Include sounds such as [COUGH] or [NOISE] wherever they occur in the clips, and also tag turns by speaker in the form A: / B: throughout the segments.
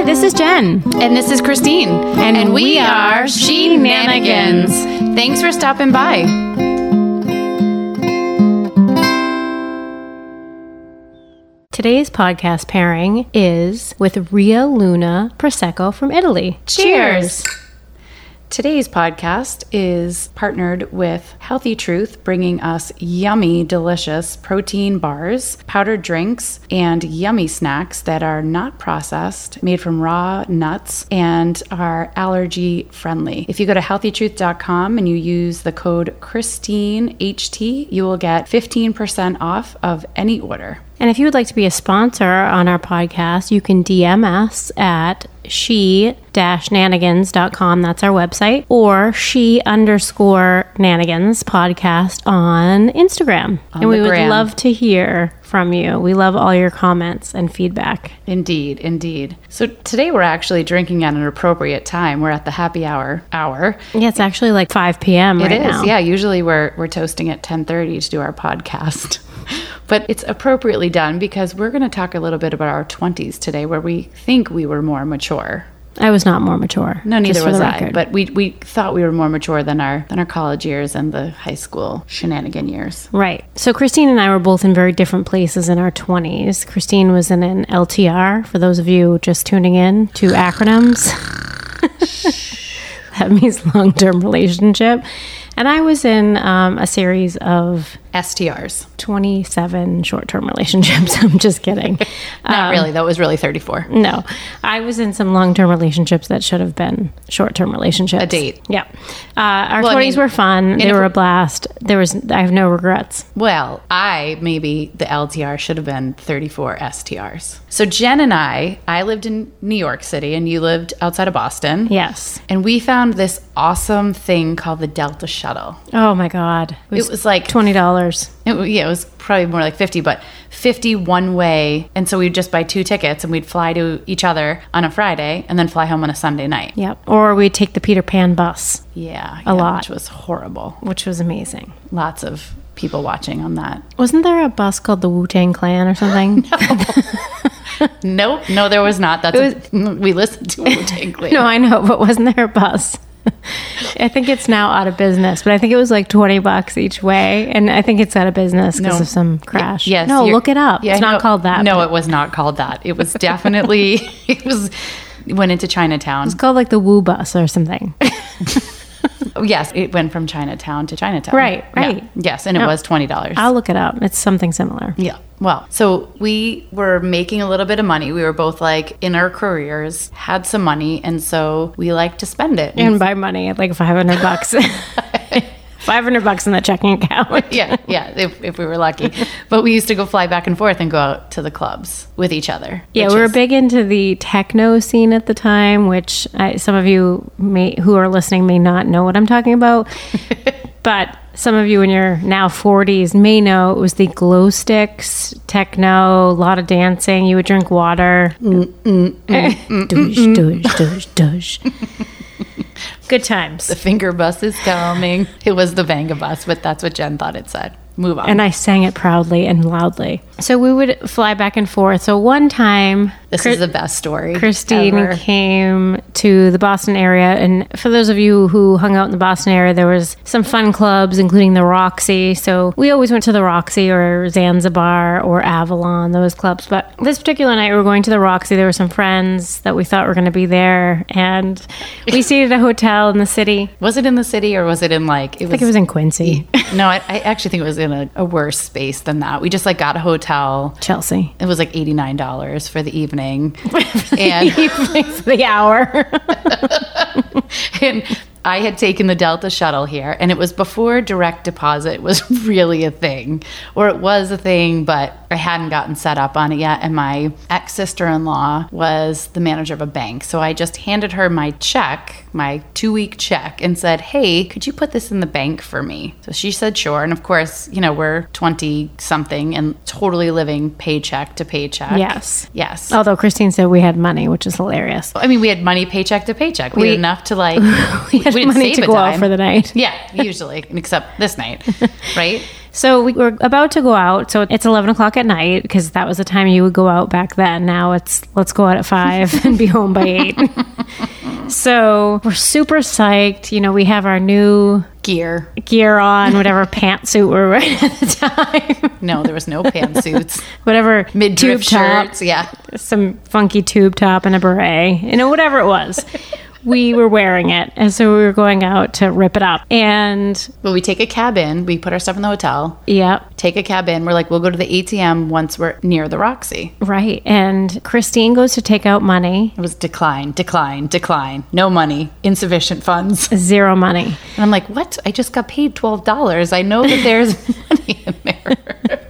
A: Jen.
B: And this is Christine.
A: And we are Shenanigans.
B: Thanks for stopping by.
A: Today's podcast pairing is with Ria Luna Prosecco from Italy.
B: Cheers. Today's podcast is partnered with Healthy Truth, bringing us yummy, delicious protein bars, powdered drinks, and yummy snacks that are not processed, made from raw nuts, and are allergy friendly. If you go to healthytruth.com and you use the code ChristineHT, you will get 15% off of any order.
A: And if you would like to be a sponsor on our podcast, you can DM us at she-nanigans.com. That's our website. Or she underscore nanigans podcast on Instagram. and we
B: the
A: would
B: gram.
A: love to hear from you. We love all your comments and feedback.
B: Indeed, indeed. So today we're actually drinking at an appropriate time. We're at the happy hour hour.
A: Yeah, it's actually like 5 p.m.
B: It
A: right
B: is,
A: now.
B: yeah. Usually we're we're toasting at ten thirty to do our podcast, [LAUGHS] but it's appropriately done because we're going to talk a little bit about our twenties today, where we think we were more mature.
A: I was not more mature.
B: No, neither
A: just for
B: was
A: the
B: I.
A: record.
B: But we we thought we were more mature than our than our college years and the high school shenanigan years.
A: Right. So Christine and I were both in very different places in our 20s. Christine was in an LTR, for those of you just tuning in to acronyms. [LAUGHS] that means long term relationship. And I was in um, a series of
B: STRs,
A: 27 short term relationships. [LAUGHS] I'm just kidding.
B: not
A: Um,
B: really. That was really thirty four.
A: No, I was in some long term relationships that should have been short term relationships. A
B: date.
A: Yeah. Uh, our
B: Well, I
A: 20s
B: mean,
A: were fun. They
B: if
A: were
B: we-
A: a blast. There was, I have no regrets.
B: Well, I maybe the LTR should have been 34 STRs. So Jen and I, I lived in New York City and you lived outside of Boston.
A: Yes.
B: And we found this awesome thing called the Delta Shuttle.
A: Oh my God. It
B: It was like
A: twenty dollars.
B: It, w- yeah, it was probably more like 50, but 50 one way. And so we'd just buy two tickets and we'd fly to each other on a Friday and then fly home on a Sunday night.
A: Yep. Or we take the Peter Pan bus,
B: Yeah.
A: A
B: yeah,
A: lot.
B: Which was horrible.
A: which was amazing.
B: Lots of people watching on that.
A: Wasn't there a bus called the Wu Tang Clan or
B: [LAUGHS]
A: something?
B: Nope. No, there was not. That's a, [LAUGHS] we listened
A: [LAUGHS]
B: to Wu Tang Clan.
A: no, I know, but wasn't there a bus? [LAUGHS] I think it's now out of business, but I think it was like twenty bucks each way, and I think it's out of business because
B: No.
A: of some crash.
B: Yes.
A: No,
B: you're-
A: look it up.
B: Yeah,
A: it's not
B: no-
A: called that.
B: No,
A: but
B: it was not called that. It was
A: [LAUGHS]
B: definitely [LAUGHS] it was it went into Chinatown.
A: it's called like the Wu Bus or
B: [LAUGHS]
A: something.
B: Oh, Yes, it went from Chinatown to Chinatown.
A: Right,
B: Yeah.
A: right.
B: Yes, and it was twenty dollars.
A: I'll look it up. It's something similar.
B: Yeah. Well, so we were making a little bit of money. We were both like in our careers, had some money, and so we like to spend it.
A: And buy money at like five hundred bucks. [LAUGHS] five hundred bucks in the checking account.
B: [LAUGHS] yeah, yeah, if, if we were
A: [LAUGHS]
B: lucky. But we used to go fly back and forth and go out to the clubs with each other.
A: Yeah,
B: which
A: we were
B: is-
A: big into the techno scene at the time, which I, some of you may, who are listening may not know what I'm talking
B: [LAUGHS]
A: about. but some of you in your now 40s may know it was the glow sticks, techno, a lot of dancing. You would drink water.
B: Mm,
A: [LAUGHS] Douche, douche, douche, douche.
B: [LAUGHS]
A: Good times.
B: finger bus is coming. it was the Vanga bus, but that's what Jen thought it said. Move on.
A: And I sang it proudly and loudly. So we would fly back and forth. So one time,
B: this is the best story.
A: Christine
B: ever.
A: came to the Boston area. And for those of you who hung out in the Boston area, there was some fun clubs, including the Roxy. So we always went to the Roxy or Zanzibar or Avalon, those clubs. But this particular night, we were going to the Roxy. There were some friends that we thought were going to be there. And
B: [LAUGHS]
A: we stayed at a hotel in the city.
B: Was it in the city or was it in like it
A: I
B: was?
A: think it was in Quincy,
B: [LAUGHS] no, I, I actually think it was in a, a worse space than that. We just like got a hotel. [LAUGHS]
A: Chelsea.
B: It was like eighty nine dollars for the
A: [LAUGHS]
B: evening, and
A: Thanks for the hour.
B: and I had taken the Delta shuttle here, and it was before direct deposit was [LAUGHS] really a thing, or it was a thing, but I hadn't gotten set up on it yet. And my ex sister in law was the manager of a bank, so I just handed her my check, my two week check, and said, "Hey, could you put this in the bank for me?" So she said, "Sure." And of course, you know, we're twenty something and totally living paycheck to paycheck.
A: Yes. Oh.
B: Yes.
A: Although Christine said we had money, which is hilarious.
B: I mean, we had money paycheck to paycheck. We,
A: We-
B: had enough to like.
A: [LAUGHS] We had
B: didn't
A: money to
B: save a
A: go out
B: dime.
A: for the night.
B: [LAUGHS] Yeah, usually, except this night, right?
A: So we were about to go out. So it's 11 o'clock at night because that was the time you would go out back then. Now it's let's go out at five and be home by eight. so we're super psyched. You know, we have our new
B: Gear.
A: gear on, whatever pantsuit we're wearing [LAUGHS] at the time,
B: No, there was no pantsuits.
A: whatever [LAUGHS]
B: Mid
A: tube
B: tube
A: top,
B: shirts. Yeah.
A: some funky tube top and a beret, you know, whatever it was. we were wearing it. And so we were going out to rip it up. And
B: Well, we take a cab in. We put our stuff in the hotel.
A: yeah,
B: Take a cab in. We're like, we'll go to the ATM once we're near the Roxy.
A: right. And Christine goes to take out money,
B: It was decline, decline, decline. No money, insufficient funds.
A: [LAUGHS] zero money.
B: And I'm like, what? I just got paid twelve dollars. I know that there's [LAUGHS] money in there.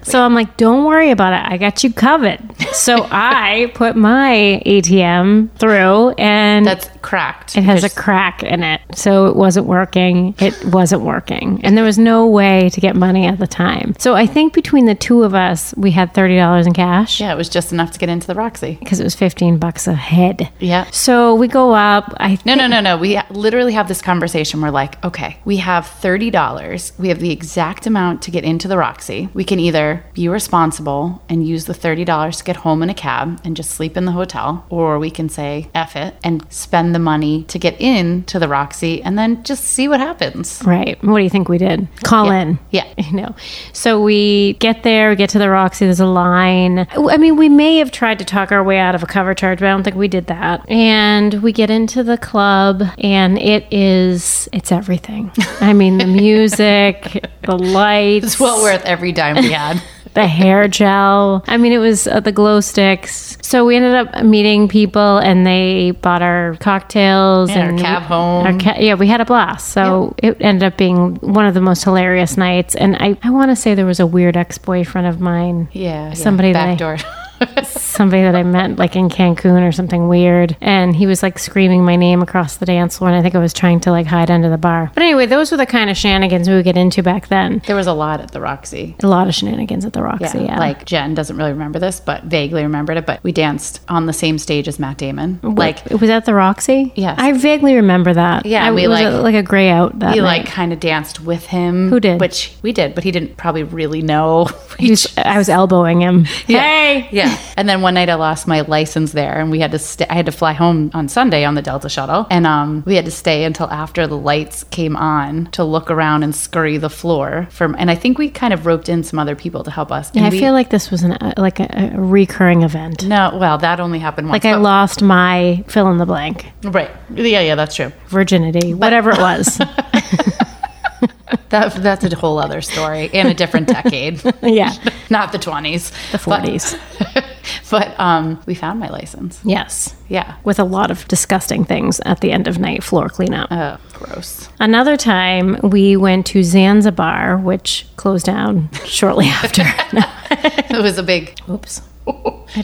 A: So I'm like, don't worry about it. I got you
B: [LAUGHS]
A: covered. So I put my ATM through and
B: That's
A: [LAUGHS]
B: cracked.
A: It has a crack in it. So it wasn't working. It wasn't working. And there was no way to get money at the time. So I think between the two of us, we had $30 in cash
B: yeah, it was just enough to get into the Roxy.
A: because it was 15 bucks a head.
B: Yeah.
A: So we go up. I
B: No, no, no, no. We ha- literally have this conversation. We're like, okay, we have $30. We have the exact amount to get into the Roxy. We can either be responsible and use the $30 to get home in a cab and just sleep in the hotel, or we can say F it and spend the money to get in to the Roxy and then just see what happens.
A: Right. What do you think we did? Call in.
B: Yeah.
A: [LAUGHS] You know. So we get there, we get to the Roxy, there's a line. I mean, we may have tried to talk our way out of a cover charge, but I don't think we did that. And we get into the club and it is it's everything. I mean, the [LAUGHS] music, the lights,
B: It's well worth every dime
A: [LAUGHS]
B: we had.
A: the hair gel. I mean, it was uh, the glow sticks. So we ended up meeting people, and they bought our cocktails
B: Yeah, our
A: and
B: cab
A: we-
B: home.
A: our ca- yeah, we had a blast. So it ended up being one of the most hilarious nights. And I, I want to say there was a weird ex boyfriend of mine.
B: Yeah. yeah.
A: Somebody that I-
B: backdoor.
A: Somebody that I met like in Cancun or something weird. And he was like screaming my name across the dance floor. And I think I was trying to like hide under the bar. But anyway, those were the kind of shenanigans we would get into back then.
B: [LAUGHS] there was a lot at the Roxy.
A: A lot of shenanigans at the Roxy.
B: Yeah,
A: Yeah.
B: Like Jen doesn't really remember this, but vaguely remembered it. But we danced on the same stage as Matt Damon. Like
A: It was at the Roxy.
B: Yes.
A: I vaguely remember that.
B: Yeah,
A: I,
B: we,
A: it was
B: like-
A: a, like a gray out that
B: he
A: night.
B: like kind of danced with him.
A: Who did?
B: Which we did, but he didn't probably really know. [LAUGHS]
A: He was- I was elbowing him. Hey,
B: yeah. And then one night I lost my license there, and we had to. St- I had to fly home on Sunday on the Delta shuttle, and um, we had to stay until after the lights came on to look around and scurry the floor from. And I think we kind of roped in some other people to help us.
A: I feel like this was an uh, like a, a recurring event.
B: no. Well, that only happened once.
A: Like I
B: but-
A: lost my fill in the blank
B: right. Yeah, yeah, that's true.
A: virginity,
B: [LAUGHS]
A: whatever it was.
B: That, that's a whole other story in
A: [LAUGHS]
B: a different decade,
A: yeah,
B: not the 20s,
A: the forties.
B: But um, we found my license.
A: Yes,
B: Yeah.
A: with a lot of disgusting things at the end of night floor cleanup.
B: Oh, gross.
A: Another time we went to Zanzibar, which closed down [LAUGHS] shortly
B: [LAUGHS]
A: after.
B: It was a big.
A: Oops.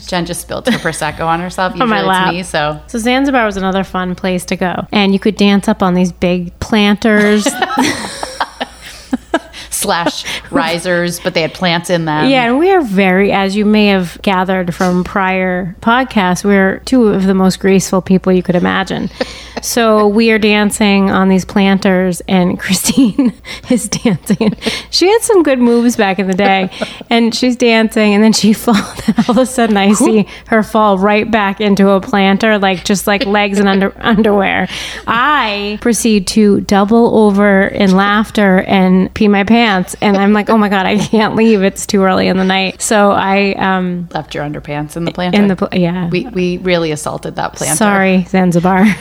B: Jen just spilled her prosecco on herself. Usually
A: my
B: it's
A: lap.
B: me, so
A: So Zanzibar was another fun place to go, and you could dance up on these big [LAUGHS] planters.
B: slash risers, but they had plants in them.
A: yeah, and we are very, as you may have gathered from prior podcasts, we're two of the most graceful people you could [LAUGHS] imagine. so we are dancing on these planters, and [LAUGHS] Christine is dancing. She had some good moves back in the day, and she's dancing, and then she [LAUGHS] falls. And all of a sudden, I see her fall right back into a planter, like just
B: [LAUGHS]
A: like legs and under underwear. I proceed to double over in laughter and pee my pants, and I'm like, oh my god, I can't leave. It's too early in the night. So I um
B: Left your underpants in the plant.
A: in the pl- yeah.
B: we, we really assaulted that plant.
A: Sorry, Zanzibar.
B: [LAUGHS]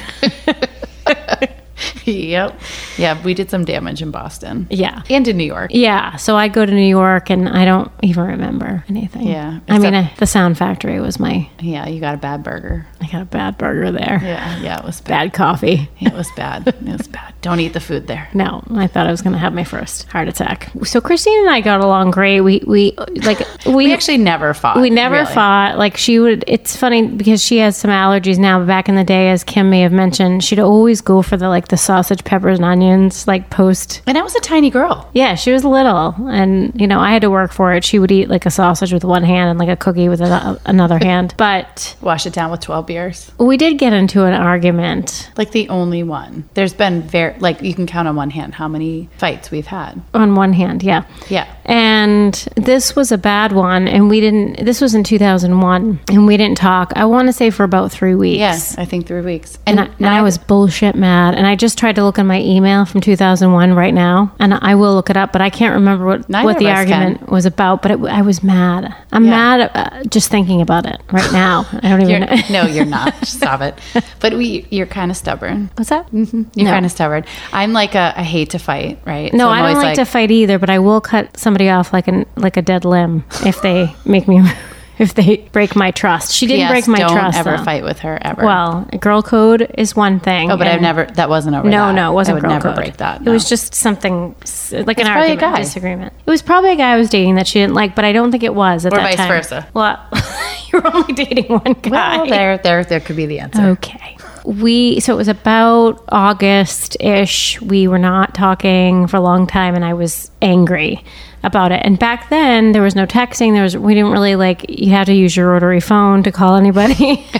A: [LAUGHS]
B: yep. Yeah, we did some damage in Boston.
A: yeah.
B: And in New York.
A: Yeah, so I go to New York and I don't even remember anything.
B: Yeah,
A: I mean,
B: except-
A: I, the Sound Factory was my,
B: Yeah, you got a bad burger.
A: I got a bad burger there.
B: Yeah, yeah, it was bad.
A: Bad coffee.
B: It was bad. It was bad. Don't eat the food there.
A: No, I thought I was going to have my first heart attack. So Christine and I got along great. We we like we,
B: We actually never fought.
A: we never
B: really.
A: fought. Like she would. It's funny because she has some allergies now. But back in the day, as Kim may have mentioned, she'd always go for the like the sausage, peppers, and onions like post.
B: And I was a tiny girl.
A: Yeah, she was little, and you know I had to work for it. She would eat like a sausage with one hand and like a cookie with ano- another hand. But
B: Wash it down with 12 beers.
A: we did get into an argument
B: Like the only one. There's been very, like, you can count on one hand how many fights we've had.
A: on one hand. Yeah.
B: Yeah.
A: And this was a bad one, and we didn't. This was in 2001, and we didn't talk. I want to say for about three weeks.
B: Yeah, I think three weeks.
A: And I, and I was bullshit mad. And I just tried to look in my email from 2001 right now. And I will look it up, but I can't remember what,
B: Neither
A: what the
B: of us
A: argument was about. But it, I was mad. I'm
B: Yeah.
A: mad uh, just thinking about it right now. I don't
B: You're,
A: even
B: [LAUGHS]
A: know.
B: no, you're not. Stop it. But we, you're kind of stubborn.
A: What's that?
B: You're
A: No.
B: kind of stubborn. I'm like a, I hate to fight, right?
A: No,
B: So I'm
A: I don't
B: always
A: like, to fight either, but I will cut somebody off like an like a dead limb if they make me [LAUGHS] if they break my trust. She didn't
B: Yes,
A: break my
B: don't
A: trust.
B: ever
A: though.
B: fight with her ever.
A: Well, girl code is one thing.
B: oh, but I've
A: and-
B: never. That wasn't over.
A: No,
B: that.
A: no, it wasn't
B: I would
A: girl
B: never
A: code.
B: break that.
A: It
B: no.
A: was just something s- like an
B: probably a
A: argument,
B: guy.
A: disagreement. It was probably a guy I was dating that she didn't like, but I don't think it was at
B: Or
A: that
B: vice
A: time.
B: versa.
A: Well, [LAUGHS] you were only dating one guy.
B: Well, there, there, there could be the answer.
A: Oh, Okay. We so it was about August ish. We were not talking for a long time, and I was angry about it. And back then, there was no texting. There was we didn't really like you had to use your rotary phone to call anybody. [LAUGHS]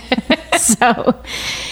A: so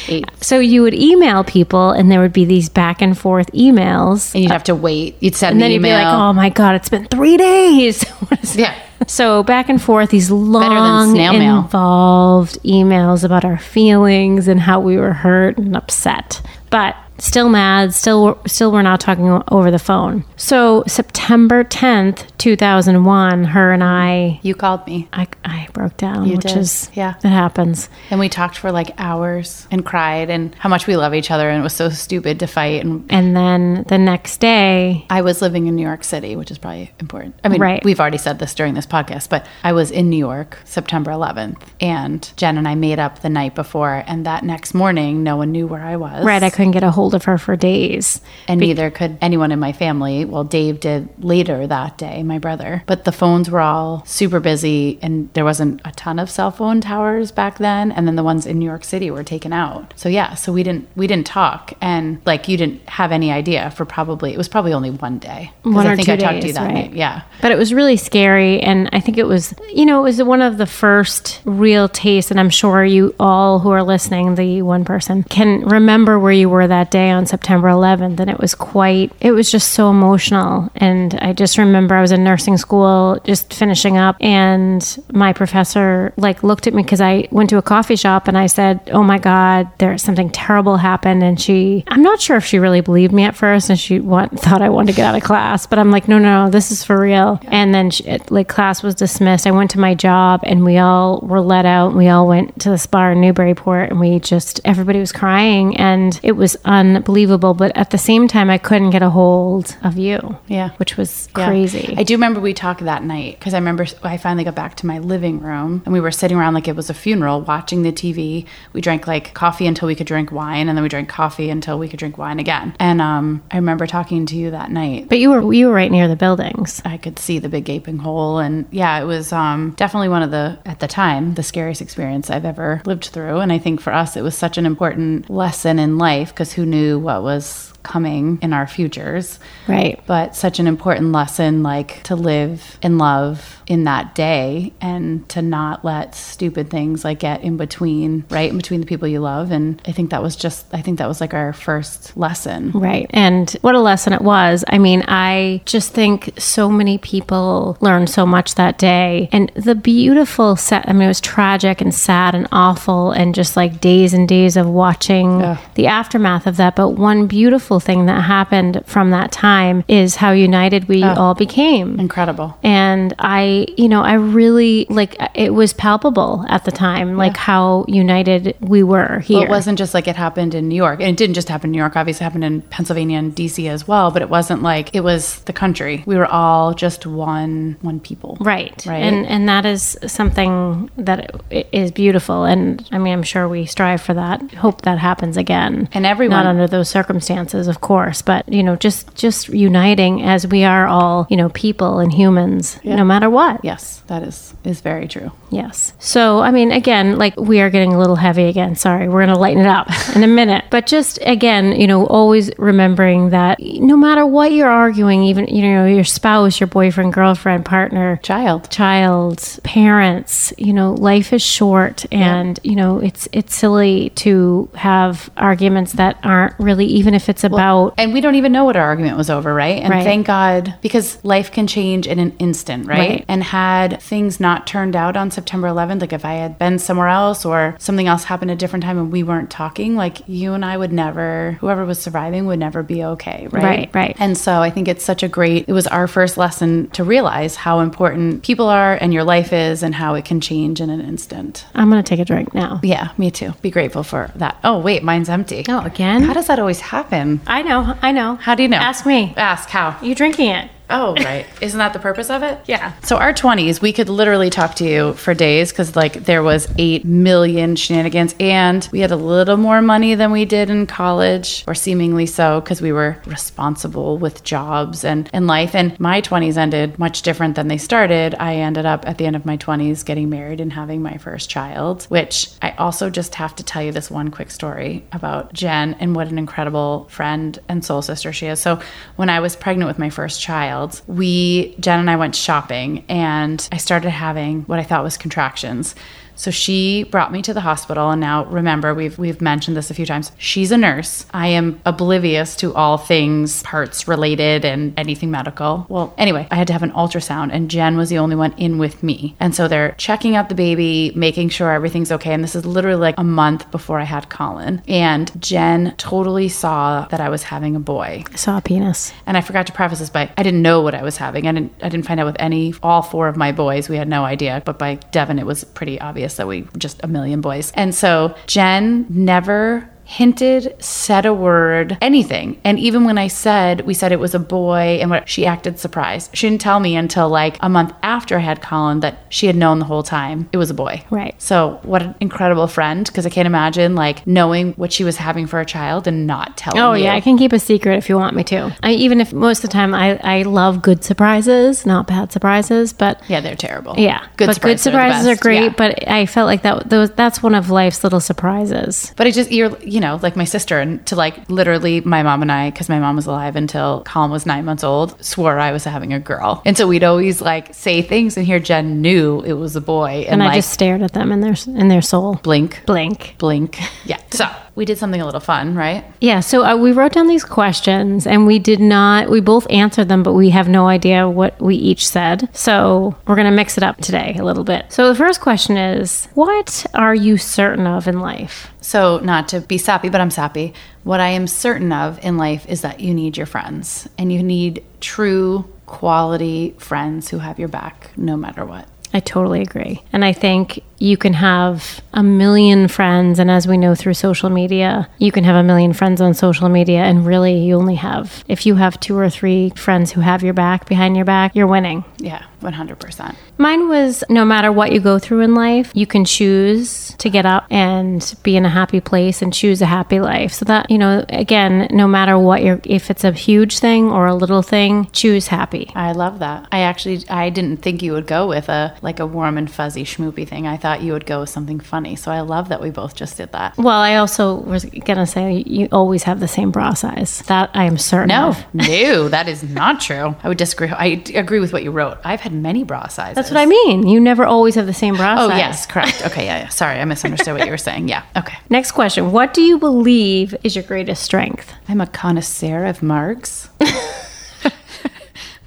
B: Eight.
A: so you would email people, and there would be these back and forth emails,
B: And you'd have to wait. You'd send
A: and
B: an
A: then you'd be
B: email.
A: like, "Oh my god, it's been three days." [LAUGHS] What is
B: Yeah.
A: so back and forth, these
B: than
A: long,
B: snail mail.
A: involved emails about our feelings and how we were hurt and upset, but still mad. Still, still, we're not talking o- over the phone. So September tenth, two thousand one, her and I,
B: You called me,
A: I, I broke down, which
B: did.
A: is
B: Yeah.
A: it happens.
B: and we talked for like hours and cried and how much we love each other, and it was so stupid to fight. And
A: And then the next day,
B: I was living in New York City, which is probably important. I mean,
A: Right.
B: we've already said this during this podcast, but I was in New York September 11th, and Jen and I made up the night before, and that next morning, no one knew where I was.
A: right, I couldn't get a hold of her for days.
B: And neither could anyone in my family. Well, Dave did later that day, my brother. But the phones were all super busy, and there wasn't a ton of cell phone towers back then. And then the ones in New York City were taken out. So yeah, so we didn't we didn't talk, and like you didn't have any idea for probably it was probably only one day. 'Cause
A: One
B: I
A: or
B: think
A: two
B: I talked to you
A: days,
B: that
A: right.
B: night. Yeah,
A: But it was really scary. And I think it was, you know, it was one of the first real tastes. And I'm sure you all who are listening, the one person, can remember where you were that day on September 11th. And it was quite, it was just so emotional. And I just remember I was in nursing school, just finishing up. And my professor, like, looked at me because I went to a coffee shop and I said, Oh my God, there's something terrible happened. And she, I'm not sure if she really believed me at first and she want, thought I wanted to get out of class, but I'm like, no, no, no, this is for real. And then she, it- like class was dismissed. I went to my job and we all were let out and we all went to this bar in Newburyport and we just, everybody was crying and it was unbelievable. But at the same time, I couldn't get a hold of you.
B: Yeah.
A: Which was
B: Yeah.
A: crazy.
B: I do remember we talked that night because I remember I finally got back to my living room and we were sitting around like it was a funeral watching the TV. We drank like coffee until we could drink wine and then we drank coffee until we could drink wine again. And um, I remember talking to you that night.
A: but you were, you were right near the buildings.
B: I could see the big gaping hole and yeah, it was um, definitely one of the at the time the scariest experience I've ever lived through and I think for us it was such an important lesson in life because who knew what was coming in our futures
A: Right.
B: but such an important lesson like to live and love in that day and to not let stupid things like get in between right in between the people you love and i think that was just i think that was like our first lesson
A: Right. And what a lesson it was. I mean, I just think so many people learned so much that day. And the beautiful set, I mean, it was tragic and sad and awful, and just like days and days of watching the aftermath of that. But one beautiful thing that happened from that time is how united we all became.
B: incredible
A: And I, you know, I really like it was palpable at the time, like how united we were here.
B: It wasn't just like it happened in New York. And it didn't just happen in New York, obviously, it happened in Pennsylvania and DC as well. But it wasn't like it was the country. We were all just one one people.
A: Right.
B: Right.
A: And and that is something that i- is beautiful and I mean I'm sure we strive for that. Hope that happens again.
B: And everyone-
A: not under those circumstances, differences, of course, but you know, just just uniting as we are all, you know, people and humans, no matter what.
B: Yes, that is is very true.
A: Yes. So, I mean, again, like we are getting a little heavy again. Sorry, we're going to lighten it up [LAUGHS] in a minute. But just again, you know, always remembering that no matter what you're arguing, even, you know, your spouse, your boyfriend, girlfriend, partner,
B: Child.
A: child, parents, you know, life is short and, you know, it's it's silly to have arguments that aren't really even if it's about
B: And we don't even know what our argument was over, right? And
A: Right.
B: thank God, because life can change in an instant, right?
A: Right.
B: And had things not turned out on September 11th, like if I had been somewhere else or something else happened a different time and we weren't talking, like you and I would never, whoever was surviving would never be okay, right?
A: Right, right.
B: And so I think it's such a great, it was our first lesson to realize how important people are and your life is and how it can change in an instant.
A: I'm going to take a drink now.
B: Yeah, me too. Be grateful for that. Oh, wait, mine's empty.
A: Oh, again?
B: How does that always happen?
A: I know. I know.
B: How do you know?
A: Ask me.
B: Ask how.
A: You drinking it?
B: Oh, right. Isn't that the purpose of it?
A: Yeah.
B: So our 20s, we could literally talk to you for days cuz like there was 8 million shenanigans and we had a little more money than we did in college or seemingly so cuz we were responsible with jobs and and life and my 20s ended much different than they started. I ended up at the end of my 20s getting married and having my first child, which I also just have to tell you this one quick story about Jen and what an incredible friend and soul sister she is. So when I was pregnant with my first child, we Jen and I went shopping and I started having what I thought was contractions. So she brought me to the hospital and now remember we've we've mentioned this a few times. She's a nurse. I am oblivious to all things parts related and anything medical. Well, anyway, I had to have an ultrasound and Jen was the only one in with me. And so they're checking out the baby, making sure everything's okay and this is literally like a month before I had Colin. And Jen totally saw that I was having a boy
A: I saw a penis.
B: and I forgot to preface this by I didn't know what I was having. I didn't I didn't find out with any all four of my boys. We had no idea. But by Devin it was pretty obvious that we were just a million boys. And so Jen never hinted, said a word, anything. And even when I said we said it was a boy and what she acted surprised. She didn't tell me until like a month after I had Colin that she had known the whole time it was a boy.
A: Right.
B: So what an incredible friend because I can't imagine like knowing what she was having for a child and not telling
A: Oh
B: you.
A: yeah, I can keep a secret if you want me to. I, even if most of the time I, I love good surprises, not bad surprises, but
B: Yeah, they're terrible.
A: yeah,
B: good
A: but good
B: surprises are the
A: surprises are,
B: best.
A: great.
B: Yeah.
A: But I felt like that those, that's one of life's little surprises.
B: But I just, you're, you know, like my sister, and to like literally my mom and I, because my mom was alive until Colin was nine months old, swore I was having a girl. And so we'd always like say things, and here Jen knew it was a boy, and,
A: And
B: like
A: I just stared at them in their in their soul.
B: blink,
A: Blink.
B: blink. [LAUGHS] Yeah. So we did something a little fun, right?
A: Yeah. So uh, we wrote down these questions, and we did not. We both answered them, but we have no idea what we each said. So we're gonna mix it up today a little bit. So the first question is, what are you certain of in life?
B: So, not to be sappy, but I'm sappy. What I am certain of in life is that you need your friends and you need true quality friends who have your back no matter what.
A: I totally agree. And I think you can have a million friends. And as we know through social media, you can have a million friends on social media. And really, you only have, if you have two or three friends who have your back behind your back, you're winning.
B: Yeah, 100%.
A: Mine was no matter what you go through in life, you can choose to get up and be in a happy place and choose a happy life. So that, you know, again, no matter what you're, if it's a huge thing or a little thing, choose happy.
B: I love that. I actually I didn't think you would go with a like a warm and fuzzy schmoopy thing. I thought you would go with something funny. So I love that we both just did that.
A: Well, I also was gonna say you always have the same bra size. That I am certain.
B: No,
A: of.
B: no, that is not true. I would disagree. I d- agree with what you wrote. I've had many bra sizes.
A: that's what I mean. You never always have the same bra
B: Oh
A: size.
B: yes, correct. Okay, yeah, yeah. Sorry, I misunderstood what you were saying. Yeah. Okay.
A: Next question: What do you believe is your greatest strength?
B: I'm a connoisseur of margs.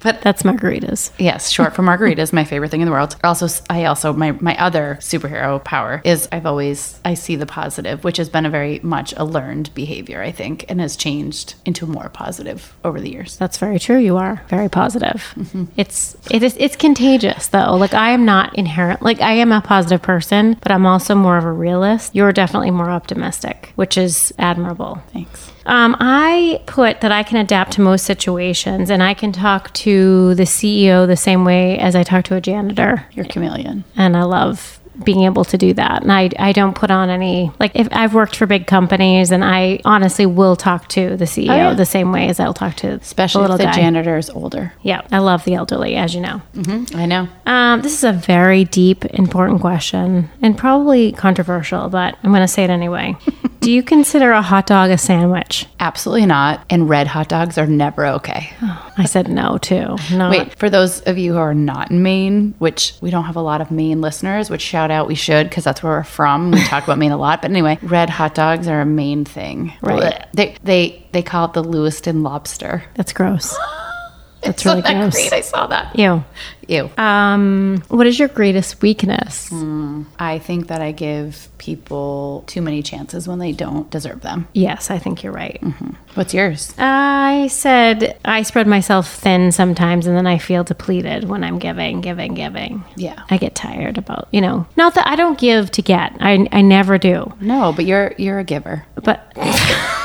A: That's margaritas.
B: Yes, short for margarita is my favorite thing in the world. Also, I also my my other superhero power is I've always I see the positive, which has been a very much a learned behavior, I think, and has changed into more positive over the years.
A: That's very true. You are very positive.
B: Mm-hmm.
A: It's it is it's contagious though. Like I am not inherent. Like I am a positive person, but I'm also more of a realist. You're definitely more optimistic, which is admirable.
B: Thanks.
A: Um, I put that I can adapt to most situations and I can talk E to the CEO the same way as I talk to a janitor.
B: You're a chameleon.
A: And I love being able to do that. And I, I don't put on any, like, if I've worked for big companies and I honestly will talk to the CEO
B: Oh, yeah.
A: the same way as I'll talk to
B: especially
A: the
B: if the
A: little guy.
B: janitor is older.
A: yeah, I love the elderly, as you know.
B: I know.
A: Um, this is a very deep, important question and probably controversial, but I'm going to say it
B: [LAUGHS]
A: anyway. Do you consider a hot dog a sandwich?
B: Absolutely not. And red hot dogs are never okay.
A: I said no too. No.
B: Wait, for those of you who are not in Maine, which we don't have a lot of Maine listeners, which shout out we should because that's where we're from. We talk about Maine a lot, but anyway, red hot dogs are a Maine thing.
A: Right.
B: Blech. They they they call it the Lewiston lobster.
A: that's gross. That's
B: Isn't
A: really
B: that
A: gross.
B: great? I saw that. Uh,
A: Ew.
B: Ew.
A: Um, what is your greatest weakness?
B: I think that I give people too many chances when they don't deserve them.
A: Yes, I think you're right.
B: What's yours?
A: I said I spread myself thin sometimes and then I feel depleted when I'm giving, giving, giving.
B: Yeah.
A: I get tired about, you know, not that I don't give to get. I, I never do.
B: No, but you're you're a giver.
A: But [LAUGHS]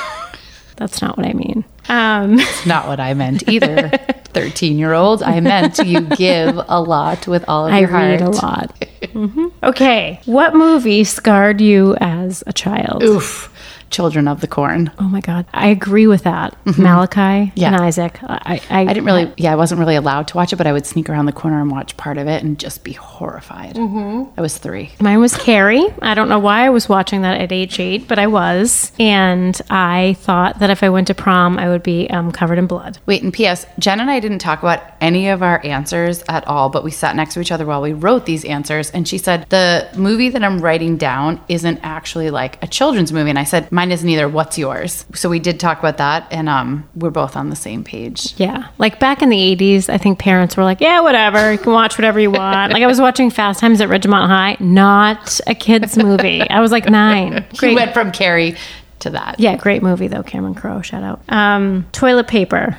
A: that's not what I mean. Um,
B: Not what I meant [LAUGHS] either. 13 year olds. I meant you give a lot with all of
A: I
B: your heart.
A: read a lot. Mhm. Okay. What movie scarred you as a child?
B: Oof. Children of the Corn.
A: Oh my God. I agree with that. Malachi
B: Yeah.
A: and Isaac. I, Mm-hmm. I,
B: I didn't really, yeah, I wasn't really allowed to watch it, but I would sneak around the corner and watch part of it and just be horrified. I was three.
A: Mine was Carrie. I don't know why I was watching that at age eight, but I was. And I thought that if I went to prom, I would be um, covered in blood.
B: Wait, and P.S. Jen and I didn't talk about any of our answers at all, but we sat next to each other while we wrote these answers. And she said, The movie that I'm writing down isn't actually like a children's movie. And I said, Mine isn't either. What's yours? So we did talk about that, and um, we're both on the same page.
A: Yeah. Like back in the 80s, I think parents were like, yeah, whatever. You can watch whatever you want. like I was watching Fast Times at Ridgemont High, not a kid's movie. I was like
B: [LAUGHS]
A: nine.
B: We
A: Great.
B: went from Carrie to that.
A: Yeah, great movie though, Cameron Crowe. Shout out. Um, toilet paper.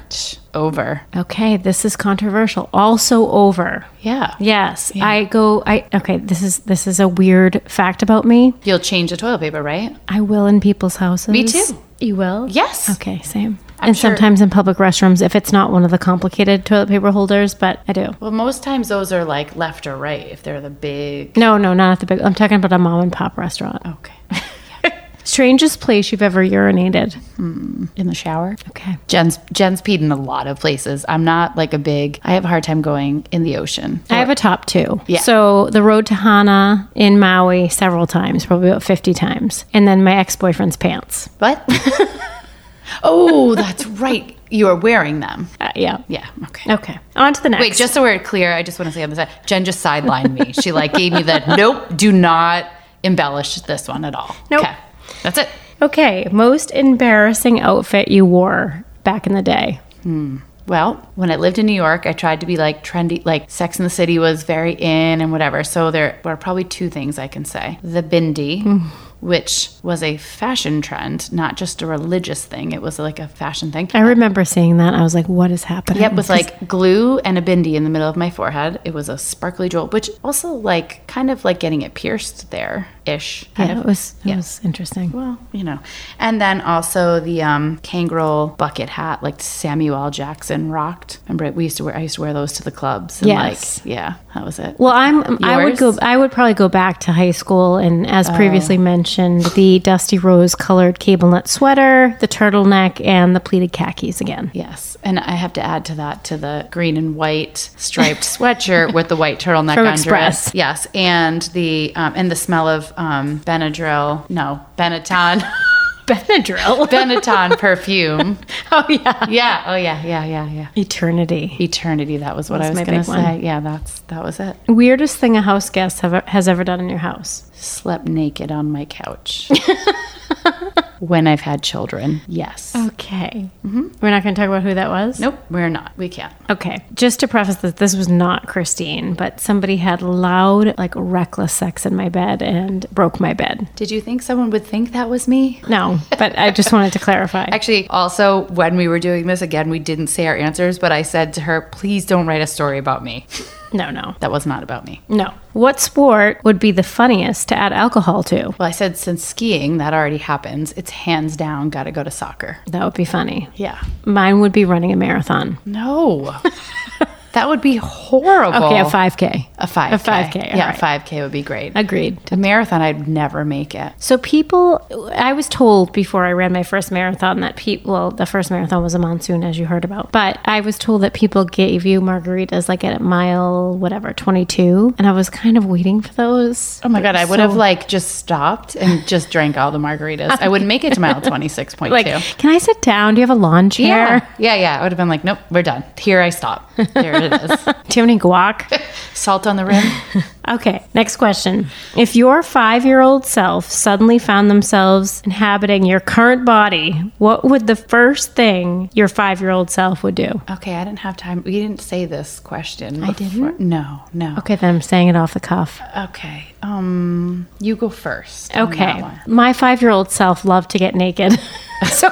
B: Over.
A: Okay, this is controversial. Also over.
B: Yeah.
A: Yes, I go. I okay. This is this is a weird fact about me.
B: You'll change the toilet paper, right?
A: I will in people's houses.
B: Me too.
A: You will?
B: Yes.
A: Okay, same. and
B: sure-
A: sometimes in public restrooms if it's not one of the complicated toilet paper holders, but I do.
B: Well, most times those are like left or right if they're the big.
A: No, no, not at the big. I'm talking about a mom and pop restaurant. [LAUGHS]
B: Okay.
A: Strangest place you've ever urinated.
B: In the shower.
A: Okay.
B: Jen's Jen's peed in a lot of places. I'm not like a big. I have a hard time going in the ocean.
A: I have a top two.
B: Yeah.
A: So the road to Hana in Maui several times, probably about 50 times. And then my ex boyfriend's pants.
B: What? [LAUGHS] oh, that's right. You are wearing them.
A: Uh, yeah.
B: Yeah. Okay.
A: Okay. On to the next.
B: Wait, just so we're clear, I just want to say on the side, Jen just sidelined me. She like gave me the [LAUGHS] nope. Do not embellish this one at all.
A: Nope.
B: Okay. That's it.
A: Okay. Most embarrassing outfit you wore back in the day.
B: Well, when I lived in New York, I tried to be like trendy, like Sex in the City was very in and whatever. So there were probably two things I can say. The bindi,
A: Mm.
B: which was a fashion trend, not just a religious thing. It was like a fashion thing.
A: I remember seeing that. I was like, what is happening?
B: Yep, with like glue and a bindi in the middle of my forehead. It was a sparkly jewel, which also like kind of like getting it pierced there ish. Kind
A: Yeah,
B: of.
A: it was, it was interesting.
B: Well, you know. And then also the um, Kangaroo bucket hat, like Samuel L. Jackson rocked. Remember, we used to wear. I used to wear those to the clubs. And
A: Yes.
B: Like, yeah, that was it.
A: Well, I'm. I would go.
B: Yours?
A: I would probably go back to high school, and as previously mentioned, the dusty rose-colored cable knit sweater, the turtleneck, and the pleated khakis again.
B: Yes, and I have to add to that to the green and white
A: [LAUGHS]
B: striped sweatshirt with the white turtleneck
A: From
B: under
A: Express.
B: it. Yes, and the um, and the smell of um, Benadryl, no
A: [LAUGHS]
B: Benetton,
A: Benadryl.
B: Benetton perfume.
A: [LAUGHS] oh yeah.
B: Yeah, oh yeah, yeah, yeah, yeah.
A: Eternity.
B: Eternity. That was what I
A: That's
B: was
A: my
B: gonna
A: big one.
B: say. Yeah, that's that was it.
A: Weirdest thing a house guest have, has ever done in your house.
B: slept naked on my [LAUGHS] couch when I've had children. Yes.
A: Okay. Mm-hmm. We're not going to talk about who that was.
B: Nope, we're not. We can't.
A: Okay. Just to preface this, this was not Christine, but somebody had loud, like reckless sex in my bed and broke my bed.
B: Did you think someone would think that was me?
A: No, but [LAUGHS] I just wanted to clarify.
B: Actually, also, when we were doing this, again, we didn't say our answers, but I said to her, please don't write a story about me.
A: No, no.
B: That was not about me.
A: No. What sport would be the funniest to add alcohol to?
B: Well, I said, since skiing, that already happens. It's hands down, gotta go to soccer.
A: That would be funny.
B: Yeah. [LAUGHS]
A: Mine would be running a marathon.
B: No. That would be horrible.
A: Okay, a 5K.
B: A 5K.
A: A 5K, all
B: Yeah,
A: right.
B: 5K would be great.
A: Agreed.
B: A marathon, I'd never make it.
A: So people, I was told before I ran my first marathon that people, well, the first marathon was a monsoon, as you heard about, but I was told that people gave you margaritas like at mile whatever twenty two, and I was kind of waiting for those.
B: Oh my god, I would
A: So-
B: have like just stopped and just drank all the margaritas. I wouldn't make it to
A: [LAUGHS]
B: mile twenty six point
A: like,
B: two.
A: can I sit down? Do you have a lawn chair?
B: Yeah, yeah, yeah. I would have been like, nope, we're done. Here I stop. There it
A: [LAUGHS] [LAUGHS]
B: is.
A: Do you have any guac?
B: Salt on the rim.
A: Okay, next question. If your five year old self suddenly found themselves inhabiting your current body, what would the first thing your five year old self would do?
B: Okay, I didn't have time. You didn't say this question. I
A: didn't?
B: No, no.
A: Okay, then I'm saying it off the cuff.
B: Okay. Um, you go first. on that
A: Okay,
B: one.
A: my five year old self loved to get naked. [LAUGHS] so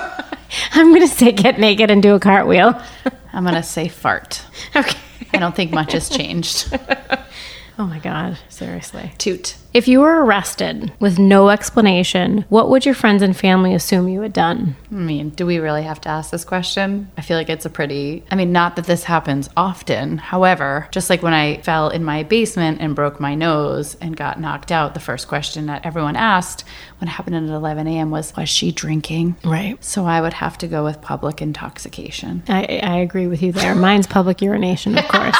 A: I'm going to say get naked and do a cartwheel. [LAUGHS]
B: I'm gonna say fart.
A: Okay.
B: I don't think much has
A: [LAUGHS]
B: changed.
A: Oh my God, seriously.
B: Toot.
A: If you were arrested with no explanation, what would your friends and family assume you had done?
B: I mean, do we really have to ask this question? I feel like it's a pretty, I mean, not that this happens often. However, just like when I fell in my basement and broke my nose and got knocked out, the first question that everyone asked when it happened at 11 a.m. was, Was she drinking?
A: Right.
B: So I would have to go with public intoxication.
A: I, I agree with you there. Mine's public urination, of [LAUGHS] course.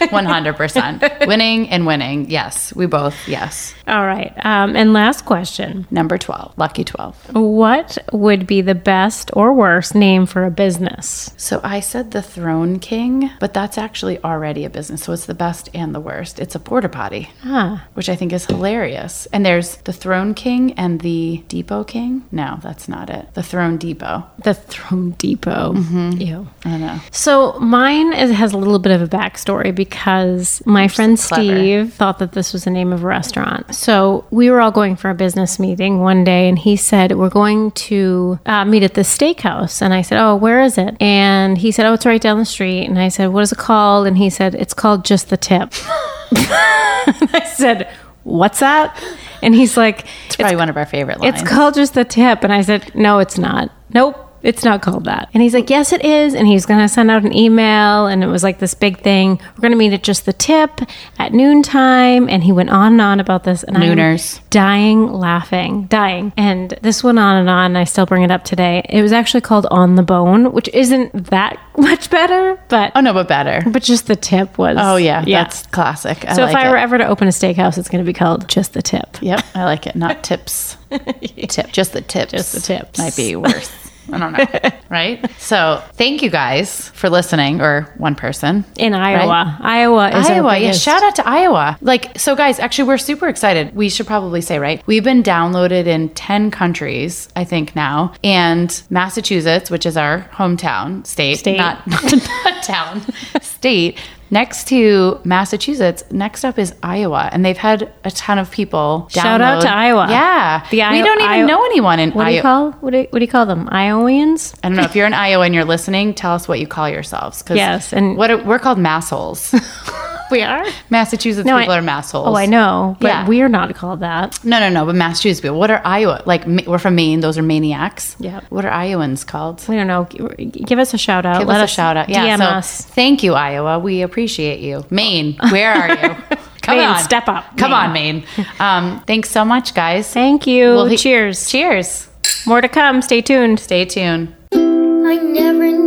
B: 100%. winning and winning. Yes, we both, yes.
A: All right. Um, and last question
B: Number 12, lucky 12.
A: What would be the best or worst name for a business?
B: So I said the Throne King, but that's actually already a business. So it's the best and the worst. It's a porta potty,
A: Ah.
B: which I think is hilarious. And there's the Throne King and the Depot King. No, that's not it. The Throne Depot.
A: The Throne Depot. Ew.
B: I don't know.
A: So mine is, has a little bit of a backstory because my friend
B: clever.
A: Steve thought that this was the name of a restaurant. So we were all going for a business meeting one day, and he said, "We're going to uh, meet at this steakhouse." And I said, "Oh, where is it?" And he said, "Oh, it's right down the street." And I said, "What is it called?" And he said, "It's called Just the Tip." [LAUGHS] and I said. What's that? And he's like,
B: It's probably one of our favorite lines.
A: it's called just the tip. And I said, no, it's not. Nope. It's not called that. And he's like, yes, it is. And he's going to send out an email. And it was like this big thing. We're going to meet at just the tip at noontime. And he went on and on about this. And I'm
B: Nooners.
A: dying laughing, dying. And this went on and on. And I still bring it up today. It was actually called On the Bone, which isn't that [LAUGHS] much better, but,
B: oh, no, but better.
A: [LAUGHS] but just the tip was.
B: Oh, yeah. That's classic. I
A: so
B: like
A: if I
B: it.
A: were ever to open a steakhouse, it's going to be called just the tip.
B: Yep, I like
A: [LAUGHS]
B: it. Not tips. Tip, just the tips. Just
A: the tips.
B: might be worse. I
A: [LAUGHS]
B: don't know. right? So, thank you guys for listening, or one person.
A: In Iowa. Iowa is our
B: Iowa, yeah.
A: biggest-
B: Shout out to Iowa. Like, so guys, actually, we're super excited. We should probably say, right? We've been downloaded in 10 countries, I think, now. And Massachusetts, which is our hometown state,
A: State.
B: Not, [LAUGHS]
A: [LAUGHS]
B: not town, state. Next to Massachusetts, next up is Iowa. And they've had a ton of people.
A: Shout out to
B: download-
A: Iowa.
B: Yeah.
A: The Io-
B: we don't even
A: Io-
B: know anyone in
A: What do you
B: Iowa.
A: call what do you, what do you call them? Iowans?
B: I don't know if you're in Iowa and you're listening. Tell us what you call yourselves. 'cause
A: Yes, and-
B: what are, we're called massholes.
A: [LAUGHS] We are.
B: Massachusetts
A: No, I-
B: people are massholes.
A: Oh, I know, but
B: Yeah.
A: we're not called that.
B: No, no, no. But Massachusetts people. What are Iowa? Like Ma- we're from Maine. Those are maniacs.
A: Yep.
B: What are Iowans called?
A: We don't know. G- Give us a shout out.
B: Give
A: Let
B: us, a shout out. Yeah.
A: DM
B: so
A: us.
B: thank you, Iowa. We appreciate you. Maine, where are you?
A: [LAUGHS]
B: Come
A: Maine,
B: on,
A: step up,
B: Come
A: Maine.
B: on, Maine. Um, thanks so much, guys.
A: Thank you.
B: Well, he-
A: Cheers.
B: Cheers.
A: More to come. Stay tuned.
B: Stay tuned.
C: I never